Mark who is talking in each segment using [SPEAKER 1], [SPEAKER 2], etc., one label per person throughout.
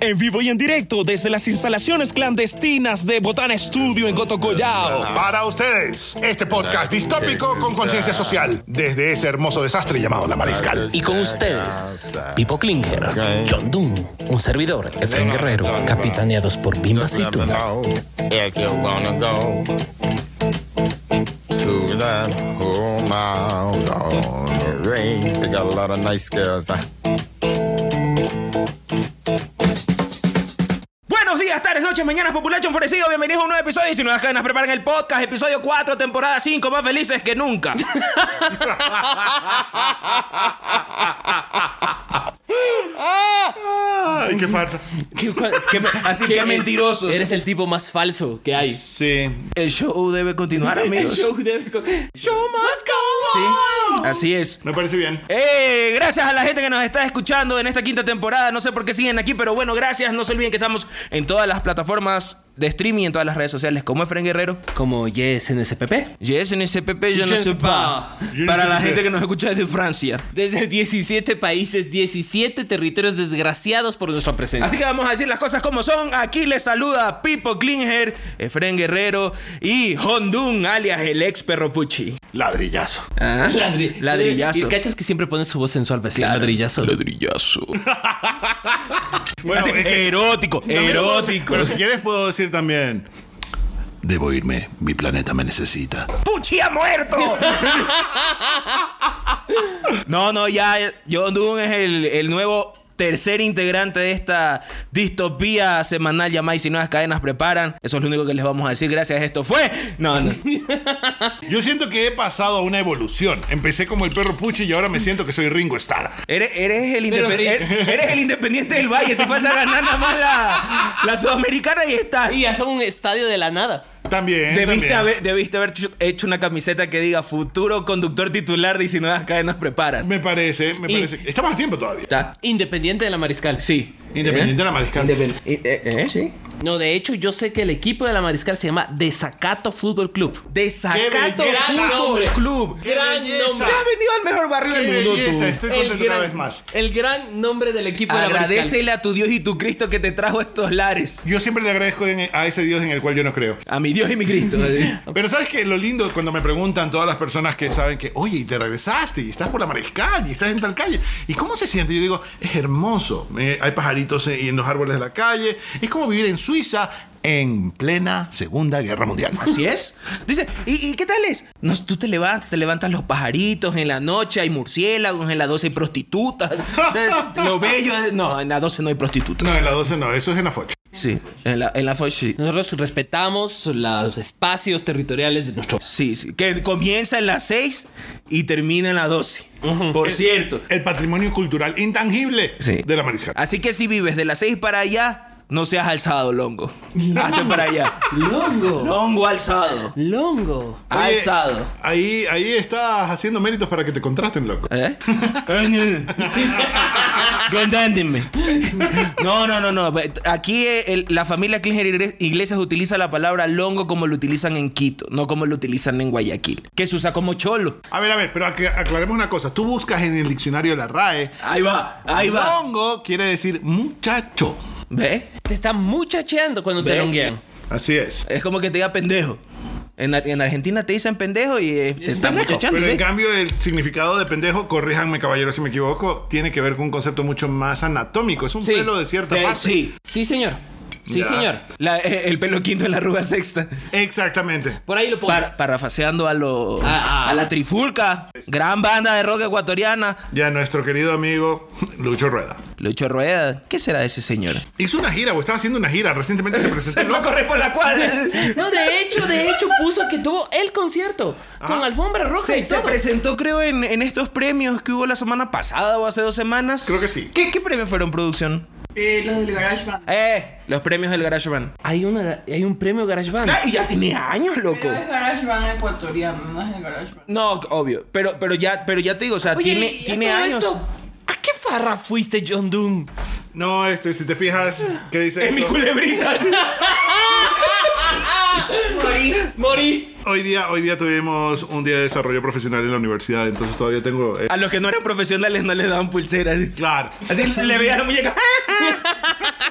[SPEAKER 1] en vivo y en directo desde las instalaciones clandestinas de Botana Studio en Gotocollao.
[SPEAKER 2] Para ustedes, este podcast distópico con conciencia social, desde ese hermoso desastre llamado La Mariscal.
[SPEAKER 3] Y con ustedes, Pipo Klinger, John Doon, un servidor, Efren Guerrero, capitaneados por Bimba Cituna.
[SPEAKER 4] If you wanna go to that whole mile on the range, they got a lot of nice girls.
[SPEAKER 5] Buenos días, tardes, noches, mañanas, populacho enfurecido. Bienvenidos a un nuevo episodio. Y si nuevas cadenas preparan el podcast, episodio 4, temporada 5, más felices que nunca.
[SPEAKER 2] Ay, qué farsa.
[SPEAKER 5] Qué me- así que mentirosos.
[SPEAKER 6] Eres el tipo más falso que hay.
[SPEAKER 2] Sí.
[SPEAKER 5] El show debe continuar, amigos.
[SPEAKER 6] Show debe co-
[SPEAKER 5] Sí, así es.
[SPEAKER 2] Me parece bien.
[SPEAKER 5] Eh, gracias a la gente que nos está escuchando en esta quinta temporada. No sé por qué siguen aquí, pero bueno, gracias. No se olviden que estamos en todas las plataformas de streaming, en todas las redes sociales, como Efren Guerrero.
[SPEAKER 6] Como Yes en SPP.
[SPEAKER 5] Yes, en SPP, yo
[SPEAKER 6] Je
[SPEAKER 5] no
[SPEAKER 6] ne
[SPEAKER 5] sé
[SPEAKER 6] sais
[SPEAKER 5] pa.
[SPEAKER 6] pas.
[SPEAKER 2] Je ne
[SPEAKER 5] Para
[SPEAKER 2] sais
[SPEAKER 5] la
[SPEAKER 2] pas.
[SPEAKER 5] gente que nos escucha desde Francia.
[SPEAKER 6] Desde 17 países, 17 territorios desgraciados por nuestra presencia.
[SPEAKER 5] Así que vamos a decir las cosas como son. Aquí les saluda Pipo Klinger, Efren Guerrero y Hondun, alias el ex perro Puchi.
[SPEAKER 2] Ladrillazo.
[SPEAKER 5] Ah,
[SPEAKER 6] Ladri-
[SPEAKER 5] Ladrillazo.
[SPEAKER 6] Y cachas que siempre pones su voz sensual, pero así, ladrillazo.
[SPEAKER 5] Ladrillazo.
[SPEAKER 2] Bueno,
[SPEAKER 5] Así,
[SPEAKER 2] es que-
[SPEAKER 5] erótico,
[SPEAKER 2] También lo puedo decir,
[SPEAKER 5] erótico.
[SPEAKER 2] Pero si quieres puedo decir también. Debo irme, mi planeta me necesita.
[SPEAKER 5] ¡Puchi ha muerto! no, no, ya eh, John Dune es el, el nuevo tercer integrante de esta distopía semanal llamada Y si nuevas cadenas preparan. Eso es lo único que les vamos a decir. Gracias, esto fue. No, no.
[SPEAKER 2] Yo siento que he pasado a una evolución. Empecé como el perro Puchi y ahora me siento que soy Ringo Starr.
[SPEAKER 5] Eres, eres el
[SPEAKER 6] Pero,
[SPEAKER 5] independ-
[SPEAKER 6] Rick.
[SPEAKER 5] eres- eres el independiente del Valle. Te falta ganar nada más la, la sudamericana y estás.
[SPEAKER 6] Y ya son un estadio de la nada.
[SPEAKER 2] También.
[SPEAKER 5] Debiste
[SPEAKER 2] también.
[SPEAKER 5] haber, debiste haber hecho una camiseta que diga futuro conductor titular de Y si nuevas cadenas preparan.
[SPEAKER 2] Me parece, me
[SPEAKER 6] Y-
[SPEAKER 2] parece. Estamos a tiempo todavía.
[SPEAKER 5] Está.
[SPEAKER 6] Independiente de la Mariscal.
[SPEAKER 5] Sí.
[SPEAKER 2] Independiente de la mariscal.
[SPEAKER 5] Independ- eh, eh, eh, sí.
[SPEAKER 6] No, de hecho, yo sé que el equipo de la Mariscal se llama Desacato Fútbol Club.
[SPEAKER 5] Desacato
[SPEAKER 2] Qué belleza.
[SPEAKER 5] Fútbol
[SPEAKER 6] Hombre.
[SPEAKER 5] Club.
[SPEAKER 2] ¡Qué
[SPEAKER 6] Gran
[SPEAKER 2] belleza!
[SPEAKER 5] Ya has venido al mejor barrio
[SPEAKER 2] ¡Qué
[SPEAKER 5] del mundo
[SPEAKER 2] belleza!
[SPEAKER 5] tú.
[SPEAKER 2] Estoy contento cada vez más.
[SPEAKER 6] el gran nombre del equipo de la Mariscal.
[SPEAKER 5] Agradecele a tu Dios y tu Cristo que te trajo estos lares.
[SPEAKER 2] Yo siempre le agradezco en- a ese Dios en el cual yo no creo.
[SPEAKER 5] A mi Dios y mi Cristo.
[SPEAKER 2] Pero sabes que lo lindo cuando me preguntan todas las personas que saben que, oye, y te regresaste, y estás por la mariscal, y estás en tal calle, ¿y cómo se siente? Yo digo, es hermoso. Eh, hay pajaritos eh, en los árboles de la calle. Es como vivir en Suiza en plena Segunda Guerra Mundial.
[SPEAKER 5] Así es. Dice, ¿y, y qué tal es? No, tú te levantas, te levantas los pajaritos, en la noche hay murciélagos, en la 12 hay prostitutas. Te- Lo bello es- No, en la 12 no hay prostitutas.
[SPEAKER 2] No, en la 12 no, eso es en la Foch.
[SPEAKER 5] Sí, en la, en la Foch sí.
[SPEAKER 6] Nosotros respetamos los espacios territoriales de nuestro
[SPEAKER 5] Sí, sí. Que comienza en la 6 y termina en la 12. Por cierto.
[SPEAKER 2] El patrimonio cultural intangible
[SPEAKER 5] Sí.
[SPEAKER 2] de la mariscal.
[SPEAKER 5] Así que si vives de las 6 para allá, no seas alzado, longo. Hazte para allá.
[SPEAKER 6] Longo.
[SPEAKER 5] Longo alzado.
[SPEAKER 6] Longo.
[SPEAKER 2] Oye,
[SPEAKER 5] Alzado.
[SPEAKER 2] Ahí, ahí estás haciendo méritos para que te contraten, loco.
[SPEAKER 5] ¿Eh? Contándeme. No, no, no, no. Aquí eh, el- la familia Klinger Igre- Iglesias utiliza la palabra longo como lo utilizan en Quito, no como lo utilizan en Guayaquil. Que se usa como cholo.
[SPEAKER 2] A ver, a ver, pero acla- aclaremos una cosa. Tú buscas en el diccionario de la RAE.
[SPEAKER 5] Ahí va, ahí va.
[SPEAKER 2] Longo quiere decir muchacho.
[SPEAKER 5] ¿Ve?
[SPEAKER 6] Te está muchacheando cuando te
[SPEAKER 5] Ve.
[SPEAKER 6] longuean.
[SPEAKER 2] Así es.
[SPEAKER 5] Es como que te diga pendejo. En, en Argentina te dicen pendejo y eh, te están muchachando.
[SPEAKER 2] Pero
[SPEAKER 5] ¿sí?
[SPEAKER 2] en cambio el significado de pendejo, corríjanme caballero si me equivoco, tiene que ver con un concepto mucho más anatómico. Es un
[SPEAKER 6] Sí.
[SPEAKER 2] pelo de cierta
[SPEAKER 5] Eh,
[SPEAKER 2] parte.
[SPEAKER 5] sí.
[SPEAKER 6] Sí, señor. Sí,
[SPEAKER 2] Ya.
[SPEAKER 6] señor.
[SPEAKER 5] La- eh, el pelo quinto en la arruga sexta.
[SPEAKER 2] Exactamente.
[SPEAKER 6] Por ahí lo pones.
[SPEAKER 5] Par- parafraseando a los
[SPEAKER 6] Ah, ah.
[SPEAKER 5] a la Trifulca, gran banda de rock ecuatoriana,
[SPEAKER 2] Ya nuestro querido amigo Lucho Rueda.
[SPEAKER 5] Lucho Rueda. ¿Qué será de ese señor?
[SPEAKER 2] Hizo una gira, o estaba haciendo una gira, recientemente se presentó.
[SPEAKER 5] Se fue a correr por la cuadra.
[SPEAKER 6] No, de hecho, de hecho puso que tuvo el concierto con alfombra roja
[SPEAKER 5] Se,
[SPEAKER 6] y
[SPEAKER 5] se
[SPEAKER 6] todo.
[SPEAKER 5] presentó, creo, en, en estos premios que hubo la semana pasada o hace dos semanas.
[SPEAKER 2] Creo que sí.
[SPEAKER 5] ¿Qué, qué premios fueron producción?
[SPEAKER 7] Eh, los del GarageBand.
[SPEAKER 5] Eh, los premios del Garage Band.
[SPEAKER 6] Hay una hay un premio GarageBand.
[SPEAKER 5] Ah, y ya tiene años, loco.
[SPEAKER 7] Pero es GarageBand ecuatoriano, no es el GarageBand.
[SPEAKER 5] No, obvio. Pero, pero ya, pero ya te digo, o sea,
[SPEAKER 6] Oye,
[SPEAKER 5] tiene,
[SPEAKER 6] ¿y a
[SPEAKER 5] tiene
[SPEAKER 6] todo
[SPEAKER 5] años.
[SPEAKER 6] esto? ¿A qué farra fuiste, John Doon?
[SPEAKER 2] No, este, si te fijas, ¿qué dice?
[SPEAKER 5] Es mi
[SPEAKER 2] esto?
[SPEAKER 5] culebrita.
[SPEAKER 6] Mori.
[SPEAKER 2] Hoy día, hoy día tuvimos un día de desarrollo profesional en la universidad, entonces todavía tengo. eh,
[SPEAKER 5] A los que no eran profesionales no les daban pulseras.
[SPEAKER 2] claro.
[SPEAKER 5] Así le veían la muñeca.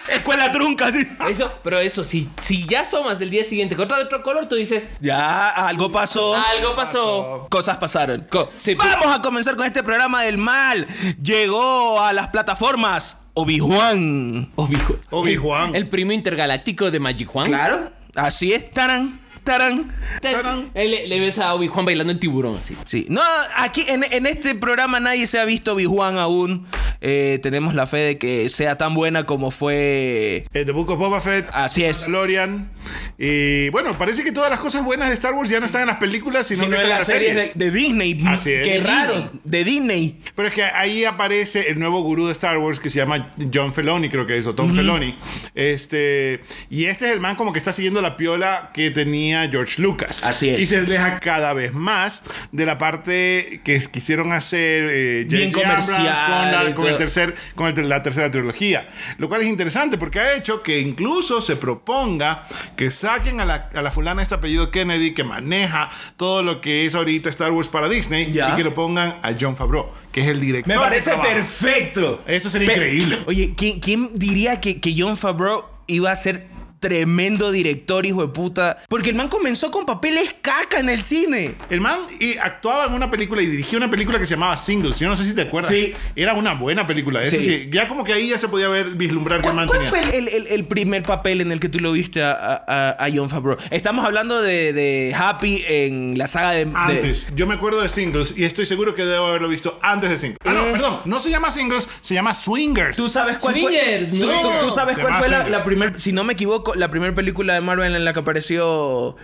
[SPEAKER 5] Escuela trunca, sí.
[SPEAKER 6] Eso, pero eso, si, si ya asomas del día siguiente con otro color, tú dices,
[SPEAKER 5] Ya, algo pasó.
[SPEAKER 6] algo pasó.
[SPEAKER 5] Cosas pasaron.
[SPEAKER 6] Co- sí, pu-
[SPEAKER 5] Vamos a comenzar con este programa del mal. Llegó a las plataformas Obi-Juan.
[SPEAKER 6] Obi-Wan.
[SPEAKER 2] Obi-Juan.
[SPEAKER 6] El primo intergaláctico de Magic Juan.
[SPEAKER 5] Claro, así es. Tarán, tarán.
[SPEAKER 6] Te- Él le, le ves a Obi-Juan bailando el tiburón así.
[SPEAKER 5] Sí, no, aquí en, en este programa nadie se ha visto Obi-Juan aún. Eh, tenemos la fe de que sea tan buena como fue.
[SPEAKER 2] Eh, The Book of Boba Fett.
[SPEAKER 5] Así es.
[SPEAKER 2] Lorian. Y Eh, bueno, parece que todas las cosas buenas de Star Wars ya no están en las películas, sino,
[SPEAKER 5] sino
[SPEAKER 2] que
[SPEAKER 5] en
[SPEAKER 2] están
[SPEAKER 5] las series de, de Disney.
[SPEAKER 2] Así es.
[SPEAKER 5] Qué
[SPEAKER 2] De
[SPEAKER 5] raro. De Disney.
[SPEAKER 2] Pero es que ahí aparece el nuevo gurú de Star Wars que se llama John Feloni, creo que es, o Tom Feloni. Este, y este es el man como que está siguiendo la piola que tenía George Lucas.
[SPEAKER 5] Así es.
[SPEAKER 2] Y se aleja cada vez más de la parte que quisieron hacer eh, J.J.
[SPEAKER 5] Bien
[SPEAKER 2] Abrams
[SPEAKER 5] comercial
[SPEAKER 2] con,
[SPEAKER 5] y
[SPEAKER 2] la, con el
[SPEAKER 5] todo.
[SPEAKER 2] tercer, con el- la tercera trilogía. Lo cual es interesante porque ha hecho que incluso se proponga que saquen a la, a la fulana este apellido Kennedy que maneja todo lo que es ahorita Star Wars para Disney
[SPEAKER 5] Ya.
[SPEAKER 2] y que lo pongan a John Favreau, que es el director.
[SPEAKER 5] Me
[SPEAKER 2] No,
[SPEAKER 5] parece
[SPEAKER 2] trabajo.
[SPEAKER 5] perfecto.
[SPEAKER 2] Eso sería
[SPEAKER 5] Pe-
[SPEAKER 2] increíble.
[SPEAKER 5] Oye, ¿quién, quién diría que, que John Favreau iba a ser tremendo director, hijo de puta? Porque el man comenzó con papeles caca en el cine.
[SPEAKER 2] El man y actuaba en una película y dirigía una película que se llamaba Singles. Yo no sé si te acuerdas.
[SPEAKER 5] Sí.
[SPEAKER 2] Era una buena película. Eso
[SPEAKER 5] Sí.
[SPEAKER 2] sí, Ya como que ahí ya se podía ver vislumbrar que el
[SPEAKER 5] ¿Cuál,
[SPEAKER 2] man
[SPEAKER 5] cuál
[SPEAKER 2] tenía.
[SPEAKER 5] fue el, el- el- el primer papel en el que tú lo viste a, a- a- a John Favreau? Estamos hablando de, de Happy en la saga de... de-
[SPEAKER 2] Antes, yo me acuerdo de Singles y estoy seguro que debo haberlo visto antes de Singles. Ah, no, perdón, no se llama Singles, se llama Swingers.
[SPEAKER 5] ¿Tú sabes cuál
[SPEAKER 6] Swingers,
[SPEAKER 5] fue? ¿Tú-
[SPEAKER 6] no.
[SPEAKER 5] tú- tú sabes
[SPEAKER 2] Se
[SPEAKER 5] cuál
[SPEAKER 2] llama
[SPEAKER 5] fue la,
[SPEAKER 2] Swingers.
[SPEAKER 5] primera, si no me equivoco, la primera película de Marvel en la que apareció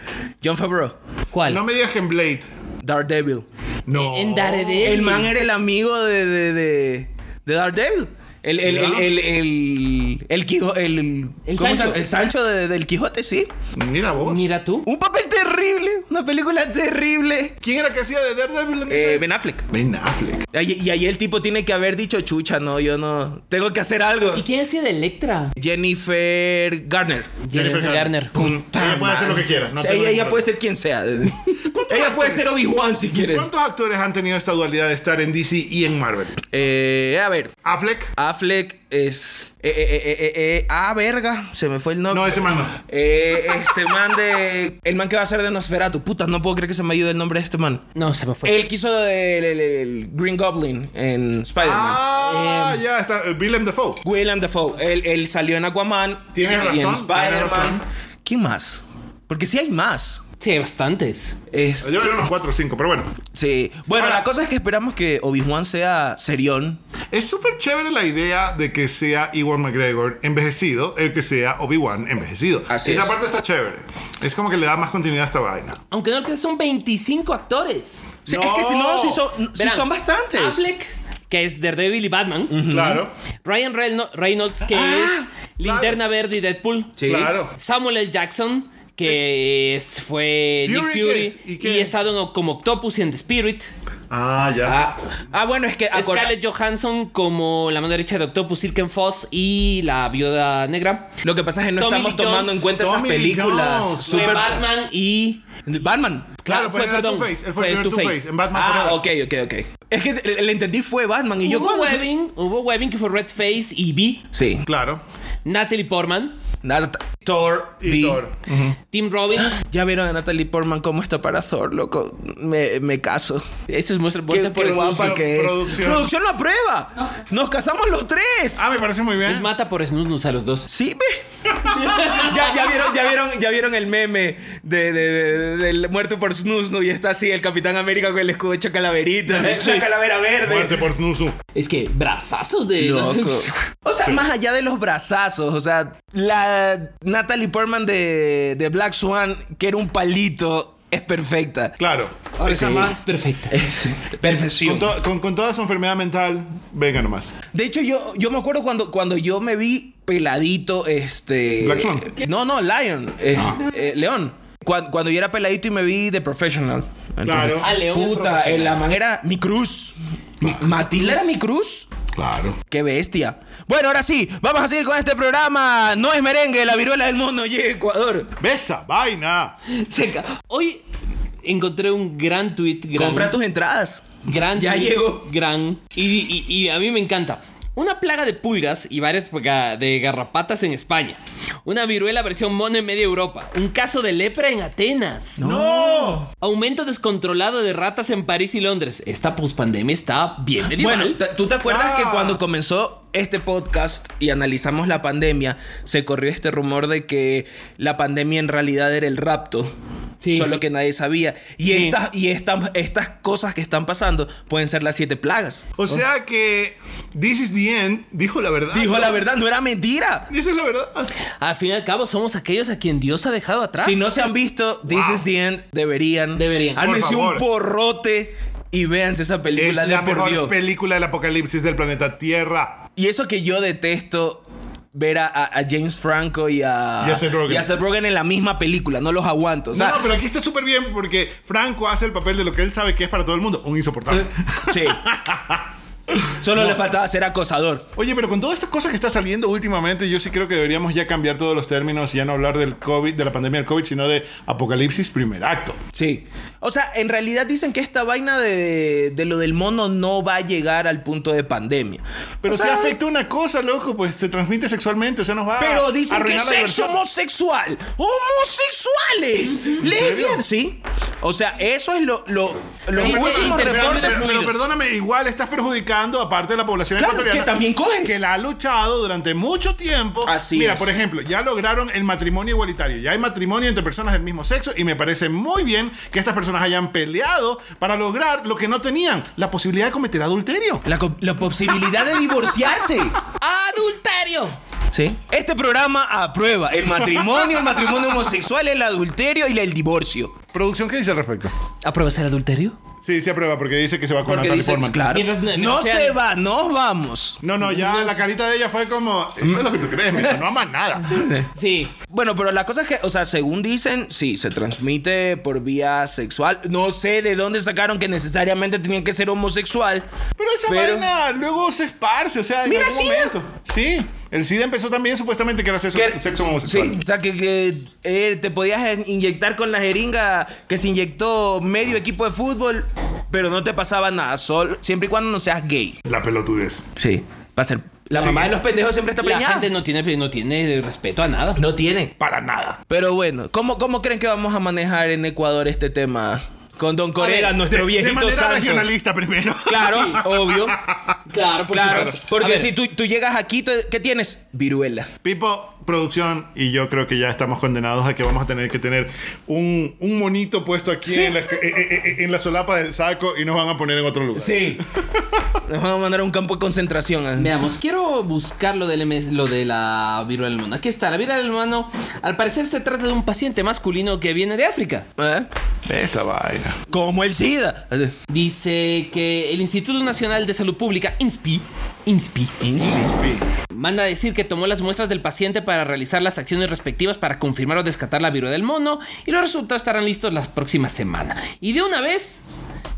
[SPEAKER 5] John Favreau?
[SPEAKER 6] ¿Cuál?
[SPEAKER 2] No me digas que en Blade.
[SPEAKER 5] Daredevil.
[SPEAKER 2] No.
[SPEAKER 6] En Daredevil.
[SPEAKER 5] El man era el amigo de, de, de, de Daredevil. El, el, el,
[SPEAKER 2] Ya.
[SPEAKER 5] el, el, el, Quijo- el-
[SPEAKER 6] El
[SPEAKER 5] ¿cómo se
[SPEAKER 6] Sancho.
[SPEAKER 5] llama? El Sancho de- del Quijote, sí.
[SPEAKER 2] Mira vos.
[SPEAKER 6] Mira tú.
[SPEAKER 5] Un papel terrible, una película terrible.
[SPEAKER 2] ¿Quién era que hacía de Daredevil en
[SPEAKER 5] Eh,
[SPEAKER 2] ese?
[SPEAKER 5] ben Eh. Affleck.
[SPEAKER 2] Ben Affleck.
[SPEAKER 5] Y, y ahí el tipo tiene que haber dicho, chucha, no, yo no, tengo que hacer algo.
[SPEAKER 6] ¿Y quién hacía de Electra?
[SPEAKER 5] Jennifer Garner.
[SPEAKER 6] Jennifer Garner.
[SPEAKER 2] Ella puede hacer lo que quiera. no
[SPEAKER 5] O sea,
[SPEAKER 2] tengo
[SPEAKER 5] ella, ella
[SPEAKER 2] ningún
[SPEAKER 5] puede ser quien sea. ella puede ser Obi-Wan si quiere.
[SPEAKER 2] ¿Cuántos actores han tenido esta dualidad de estar en DC y en Marvel?
[SPEAKER 5] Eh, a ver,
[SPEAKER 2] Affleck.
[SPEAKER 5] Affleck es. Eh, eh, eh, eh, eh, ah, verga, se me fue el nombre.
[SPEAKER 2] No, ese man no.
[SPEAKER 5] Eh, este man de. El man que va a ser de Nosferatu. Puta, no puedo creer que se me ayude el nombre de este man.
[SPEAKER 6] No, se me fue.
[SPEAKER 5] Él quiso el, el- el Green Goblin en Spider-Man.
[SPEAKER 2] Ah, ya está. eh, Willem Dafoe.
[SPEAKER 5] Willem Dafoe. Él, él salió en Aquaman.
[SPEAKER 2] Tienes
[SPEAKER 5] y
[SPEAKER 2] razón,
[SPEAKER 5] en
[SPEAKER 2] tienes
[SPEAKER 5] Spider-Man.
[SPEAKER 2] razón.
[SPEAKER 5] ¿Quién más? Porque sí hay más.
[SPEAKER 6] Sí, hay bastantes.
[SPEAKER 5] Este-
[SPEAKER 2] Yo era unos 4 o 5, pero bueno.
[SPEAKER 5] sí. Bueno,
[SPEAKER 2] Ahora-
[SPEAKER 5] la cosa es que esperamos que Obi-Wan sea serión.
[SPEAKER 2] Es súper chévere la idea de que sea Ewan McGregor envejecido, el que sea Obi-Wan envejecido.
[SPEAKER 5] Así
[SPEAKER 2] Esa
[SPEAKER 5] es.
[SPEAKER 2] parte está chévere. Es como que le da más continuidad a esta vaina.
[SPEAKER 6] Aunque no que son 25 actores.
[SPEAKER 5] Sí,
[SPEAKER 2] No.
[SPEAKER 5] Es que si no, si son, sí
[SPEAKER 6] Verán,
[SPEAKER 5] son bastantes.
[SPEAKER 6] Affleck, que es Daredevil y Batman.
[SPEAKER 2] Claro,
[SPEAKER 6] Ryan Reynolds, Reynolds, que
[SPEAKER 5] Ah,
[SPEAKER 6] es Linterna Verde y Deadpool.
[SPEAKER 5] Sí. Eh,
[SPEAKER 2] claro.
[SPEAKER 6] Samuel L. Jackson, que es- fue
[SPEAKER 2] Fury,
[SPEAKER 6] Nick
[SPEAKER 2] ¿qué
[SPEAKER 6] Fury.
[SPEAKER 2] es? ¿Y
[SPEAKER 6] y
[SPEAKER 2] qué
[SPEAKER 6] ha
[SPEAKER 2] es?
[SPEAKER 6] estado en- como Octopus y en The Spirit.
[SPEAKER 2] Ah, ya.
[SPEAKER 5] Ah, ah, bueno, es que acorda-
[SPEAKER 6] Scarlett Johansson como la mano derecha de Octopus, Silken Foss y la viuda negra.
[SPEAKER 5] lo que pasa es que no
[SPEAKER 6] Tommy
[SPEAKER 5] estamos
[SPEAKER 6] Lee
[SPEAKER 5] tomando
[SPEAKER 6] Jones.
[SPEAKER 5] en cuenta
[SPEAKER 2] Tommy
[SPEAKER 5] esas
[SPEAKER 2] Lee
[SPEAKER 5] películas.
[SPEAKER 2] Jones.
[SPEAKER 6] Fue
[SPEAKER 5] Super-
[SPEAKER 6] Eh, Batman y.
[SPEAKER 5] Batman.
[SPEAKER 2] claro,
[SPEAKER 6] Ah,
[SPEAKER 2] fue,
[SPEAKER 6] fue,
[SPEAKER 2] el
[SPEAKER 6] perdón,
[SPEAKER 2] Two-Face. Él
[SPEAKER 6] fue
[SPEAKER 2] fue, el
[SPEAKER 6] el
[SPEAKER 2] primer Two-Face.
[SPEAKER 6] Two-Face.
[SPEAKER 2] En Batman
[SPEAKER 5] Ah,
[SPEAKER 2] Forever.
[SPEAKER 5] ok, ok, ok. Es que le, le entendí fue Batman y yo
[SPEAKER 6] Hubo
[SPEAKER 5] ¿cuándo fue?
[SPEAKER 6] Webbing, hubo Webbing que fue Red Face y B.
[SPEAKER 5] Sí.
[SPEAKER 2] Claro.
[SPEAKER 6] Natalie Portman,
[SPEAKER 5] Nat- Thor.
[SPEAKER 2] Y
[SPEAKER 5] vi-
[SPEAKER 2] Thor.
[SPEAKER 6] Tim Robbins.
[SPEAKER 5] Ya vieron a Natalie Portman cómo está para Thor, loco. Me, me caso.
[SPEAKER 6] Eso es muestra
[SPEAKER 5] Qué,
[SPEAKER 6] vuelta por
[SPEAKER 5] qué
[SPEAKER 6] eso.
[SPEAKER 5] guapa
[SPEAKER 2] Snus.
[SPEAKER 5] que es.
[SPEAKER 2] Producción.
[SPEAKER 5] Producción lo aprueba. Nos casamos los tres.
[SPEAKER 2] Ah, me parece muy
[SPEAKER 5] ¿eh?
[SPEAKER 2] bien.
[SPEAKER 6] Les mata por snus a los dos.
[SPEAKER 5] Sí, ve. ya, ya vieron, ya vieron, ya vieron el meme de, de- de- del muerto por snus, ¿no? Y está así el Capitán América con el escudo hecho calaverita, es la calavera
[SPEAKER 2] Muerte
[SPEAKER 5] verde.
[SPEAKER 2] por Snoozu.
[SPEAKER 6] Es que brazazos de.
[SPEAKER 5] Loco. O sea, más allá de los brazazos, o sea, la Natalie Portman de, de Black Swan, que era un palito, es perfecta.
[SPEAKER 2] Claro.
[SPEAKER 6] Ahora
[SPEAKER 5] Sí.
[SPEAKER 6] más perfecta.
[SPEAKER 5] Es perfección.
[SPEAKER 2] Con, to- con- con toda su enfermedad mental, venga nomás.
[SPEAKER 5] De hecho, yo, yo me acuerdo cuando, cuando yo me vi peladito, este...
[SPEAKER 2] Black Swan. Ah.
[SPEAKER 5] eh, No, no, Lion. es- eh, León. Cuan- Cuando, yo era peladito y me vi The Professional. Entonces,
[SPEAKER 2] Claro.
[SPEAKER 6] Ah, León, The
[SPEAKER 5] Puta,
[SPEAKER 6] Professional.
[SPEAKER 5] en la man era mi cruz. Mi- Matilda era mi cruz.
[SPEAKER 2] Claro.
[SPEAKER 5] Qué bestia. Bueno, ahora sí, vamos a seguir con este programa. No es merengue, la viruela del mundo llega a Ecuador.
[SPEAKER 2] Besa, vaina.
[SPEAKER 6] Seca. Hoy encontré un gran tweet. Gran,
[SPEAKER 5] Compra tus entradas.
[SPEAKER 6] gran
[SPEAKER 5] Ya
[SPEAKER 6] tuit,
[SPEAKER 5] llegó.
[SPEAKER 6] Gran. Y, y- y a mí me encanta. Una plaga de pulgas y varias ga- de garrapatas en España. Una viruela versión mono en media Europa. Un caso de lepra en Atenas.
[SPEAKER 2] ¡No!
[SPEAKER 6] Aumento descontrolado de ratas en París y Londres. Esta pospandemia está bien medieval.
[SPEAKER 5] Ah, Bueno, t- ¿tú te acuerdas
[SPEAKER 2] Ah.
[SPEAKER 5] que cuando comenzó este podcast y analizamos la pandemia, se corrió este rumor de que la pandemia en realidad era el rapto?
[SPEAKER 6] Sí.
[SPEAKER 5] Solo que nadie sabía. Y,
[SPEAKER 6] Sí.
[SPEAKER 5] estas, y estas, estas cosas que están pasando pueden ser las siete plagas.
[SPEAKER 2] O sea que This is the end dijo la verdad.
[SPEAKER 5] Dijo la verdad, no era mentira.
[SPEAKER 2] Esa es la verdad.
[SPEAKER 6] Al fin y al cabo, somos aquellos a quien Dios ha dejado atrás.
[SPEAKER 5] Si no se han visto This is the End, deberían.
[SPEAKER 6] Deberían.
[SPEAKER 5] Ármense
[SPEAKER 2] Por
[SPEAKER 5] un
[SPEAKER 2] favor.
[SPEAKER 5] porrote y véanse esa
[SPEAKER 2] Es
[SPEAKER 5] película de
[SPEAKER 2] la
[SPEAKER 5] por
[SPEAKER 2] mejor
[SPEAKER 5] Dios.
[SPEAKER 2] película del apocalipsis del planeta Tierra.
[SPEAKER 5] Y eso que yo detesto ver a, a- a James Franco y a,
[SPEAKER 2] Y a Seth Rogen.
[SPEAKER 5] y a Rogen en la misma película, no los aguanto. O sea,
[SPEAKER 2] no, no, pero aquí está súper bien porque Franco hace el papel de lo que él sabe que es para todo el mundo, un insoportable.
[SPEAKER 5] sí. Solo le faltaba ser acosador.
[SPEAKER 2] Oye, pero con todas estas cosas que está saliendo últimamente, yo sí creo que deberíamos ya cambiar todos los términos y ya no hablar del COVID, de la pandemia del COVID, sino de apocalipsis primer acto.
[SPEAKER 5] Sí. O sea, en realidad dicen que esta vaina de, de lo del mono no va a llegar al punto de pandemia.
[SPEAKER 2] Pero
[SPEAKER 5] O
[SPEAKER 2] si
[SPEAKER 5] sea,
[SPEAKER 2] afecta una cosa, loco, pues se transmite sexualmente, o sea, nos va
[SPEAKER 5] Pero
[SPEAKER 2] a
[SPEAKER 5] dicen que
[SPEAKER 2] arruinar la
[SPEAKER 5] sexo
[SPEAKER 2] diversión.
[SPEAKER 5] homosexual. ¡Homosexuales! ¡Lesbian! Sí. O sea, eso es lo. lo los
[SPEAKER 6] Dice
[SPEAKER 5] últimos
[SPEAKER 6] intercambio de
[SPEAKER 5] reportes.
[SPEAKER 2] Pero, pero
[SPEAKER 6] fluidos.
[SPEAKER 2] perdóname, igual estás perjudicando a parte de la población
[SPEAKER 5] Claro,
[SPEAKER 2] ecuatoriana.
[SPEAKER 5] que también cogen.
[SPEAKER 2] Que la ha luchado durante mucho tiempo.
[SPEAKER 5] Así
[SPEAKER 2] Mira,
[SPEAKER 5] es.
[SPEAKER 2] por ejemplo, ya lograron el matrimonio igualitario. Ya hay matrimonio entre personas del mismo sexo. Y me parece muy bien que estas personas hayan peleado para lograr lo que no tenían: la posibilidad de cometer adulterio.
[SPEAKER 5] La, co- la posibilidad de divorciarse.
[SPEAKER 6] ¡Adulterio!
[SPEAKER 5] ¿Sí? Este programa aprueba el matrimonio, el matrimonio homosexual, el adulterio y el divorcio.
[SPEAKER 2] ¿Producción qué dice al respecto?
[SPEAKER 6] ¿Apruebas el adulterio?
[SPEAKER 2] Sí, se aprueba porque dice que se va con
[SPEAKER 5] Porque
[SPEAKER 2] Natalie
[SPEAKER 5] dicen,
[SPEAKER 2] Portman.
[SPEAKER 5] claro,
[SPEAKER 6] Mientras no-
[SPEAKER 5] no
[SPEAKER 6] no sean-
[SPEAKER 5] se va, nos vamos.
[SPEAKER 2] No, no, ya la carita de ella fue como. Eso es lo que tú crees, mijo, no amas nada.
[SPEAKER 6] Sí.
[SPEAKER 5] Bueno, pero la cosa es que, o sea, según dicen, sí, se transmite por vía sexual. No sé de dónde sacaron que necesariamente tenían que ser homosexual.
[SPEAKER 2] Pero esa
[SPEAKER 5] Pero-
[SPEAKER 2] vaina luego se esparce, o sea, en
[SPEAKER 5] Mira,
[SPEAKER 2] algún
[SPEAKER 5] SIDA.
[SPEAKER 2] momento. Sí, el SIDA empezó también supuestamente que era sexo,
[SPEAKER 5] Que-
[SPEAKER 2] sexo homosexual.
[SPEAKER 5] Sí, o sea, que, que, eh, te podías en- inyectar con la jeringa que se inyectó medio equipo de fútbol, pero no te pasaba nada, sol, siempre y cuando no seas gay.
[SPEAKER 2] La pelotudez.
[SPEAKER 5] Sí, va a ser. La mamá de los pendejos siempre está
[SPEAKER 6] La
[SPEAKER 5] preñada.
[SPEAKER 6] gente no tiene, no tiene respeto a nada.
[SPEAKER 5] No tiene.
[SPEAKER 2] Para nada.
[SPEAKER 5] Pero bueno, ¿cómo, ¿cómo creen que vamos a manejar en Ecuador este tema? Con Don Corega,
[SPEAKER 6] ver,
[SPEAKER 5] nuestro
[SPEAKER 2] de, de
[SPEAKER 5] viejito
[SPEAKER 2] manera
[SPEAKER 5] santo.
[SPEAKER 2] regionalista primero.
[SPEAKER 5] Claro, obvio.
[SPEAKER 6] Claro, por
[SPEAKER 5] Claro,
[SPEAKER 6] supuesto. A
[SPEAKER 5] porque
[SPEAKER 6] ver,
[SPEAKER 5] si tú, tú llegas aquí, tú- ¿qué tienes? Viruela.
[SPEAKER 2] Pipo, producción, y yo creo que ya estamos condenados a que vamos a tener que tener un, un monito puesto aquí en, la, eh, eh, eh, en la solapa del saco y nos van a poner en otro lugar.
[SPEAKER 5] Sí. Nos van a mandar a un campo de concentración. ¿eh?
[SPEAKER 6] Veamos, quiero buscar lo, del MS lo de la viruela del mono. Aquí está, la viruela del mono. Al parecer se trata de un paciente masculino que viene de África.
[SPEAKER 5] ¿Eh?
[SPEAKER 2] Esa vaina.
[SPEAKER 5] Como el SIDA.
[SPEAKER 6] Dice que el Instituto Nacional de Salud Pública, INSPI, INSPI, manda a decir que tomó las muestras del paciente para realizar las acciones respectivas para confirmar o descartar la viruela del mono y los resultados estarán listos la próxima semana. Y de una vez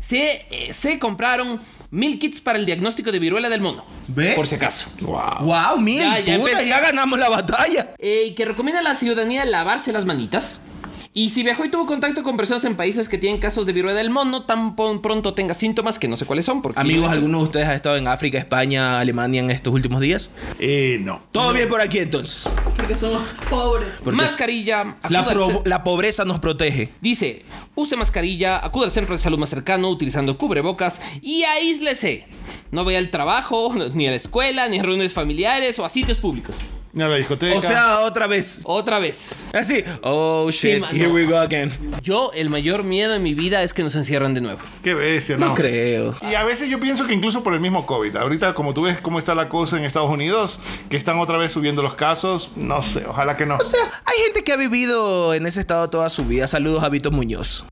[SPEAKER 6] se, eh, se compraron mil kits para el diagnóstico de viruela del mono.
[SPEAKER 5] ¿Ve?
[SPEAKER 6] Por si acaso.
[SPEAKER 2] Wow.
[SPEAKER 5] Wow, mira, ya,
[SPEAKER 6] Ya, ya empecé.
[SPEAKER 5] ganamos la batalla.
[SPEAKER 6] Eh, que recomienda a la ciudadanía lavarse las manitas. Y si viajó y tuvo contacto con personas en países que tienen casos de viruela del mono, tan pon- pronto tenga síntomas que no sé cuáles son. Porque
[SPEAKER 5] Amigos, ¿alguno de ustedes ha estado en África, España, Alemania en estos últimos días?
[SPEAKER 2] Eh, no.
[SPEAKER 5] Todo bien por aquí entonces.
[SPEAKER 7] Porque somos pobres.
[SPEAKER 5] Porque
[SPEAKER 6] mascarilla,
[SPEAKER 5] La,
[SPEAKER 6] acuda al
[SPEAKER 5] pro-
[SPEAKER 6] ce-
[SPEAKER 5] la pobreza nos protege.
[SPEAKER 6] dice, use mascarilla, acude al centro de salud más cercano utilizando cubrebocas y aíslese. No vaya al trabajo, ni a la escuela, ni a reuniones familiares o a sitios públicos.
[SPEAKER 2] Ni a la discoteca.
[SPEAKER 5] O sea, otra vez.
[SPEAKER 6] Otra vez,
[SPEAKER 5] Así. Oh shit,
[SPEAKER 6] man,
[SPEAKER 5] here
[SPEAKER 6] no.
[SPEAKER 5] we go again.
[SPEAKER 6] yo el mayor miedo en mi vida es que nos encierran de nuevo.
[SPEAKER 2] Qué bestia,
[SPEAKER 5] No,
[SPEAKER 2] no.
[SPEAKER 5] creo.
[SPEAKER 2] Y a veces yo pienso que incluso por el mismo COVID. Ahorita, como tú ves cómo está la cosa en Estados Unidos, que están otra vez subiendo los casos, no sé, ojalá que no.
[SPEAKER 5] O sea, hay gente que ha vivido en ese estado toda su vida. Saludos a Vito Muñoz.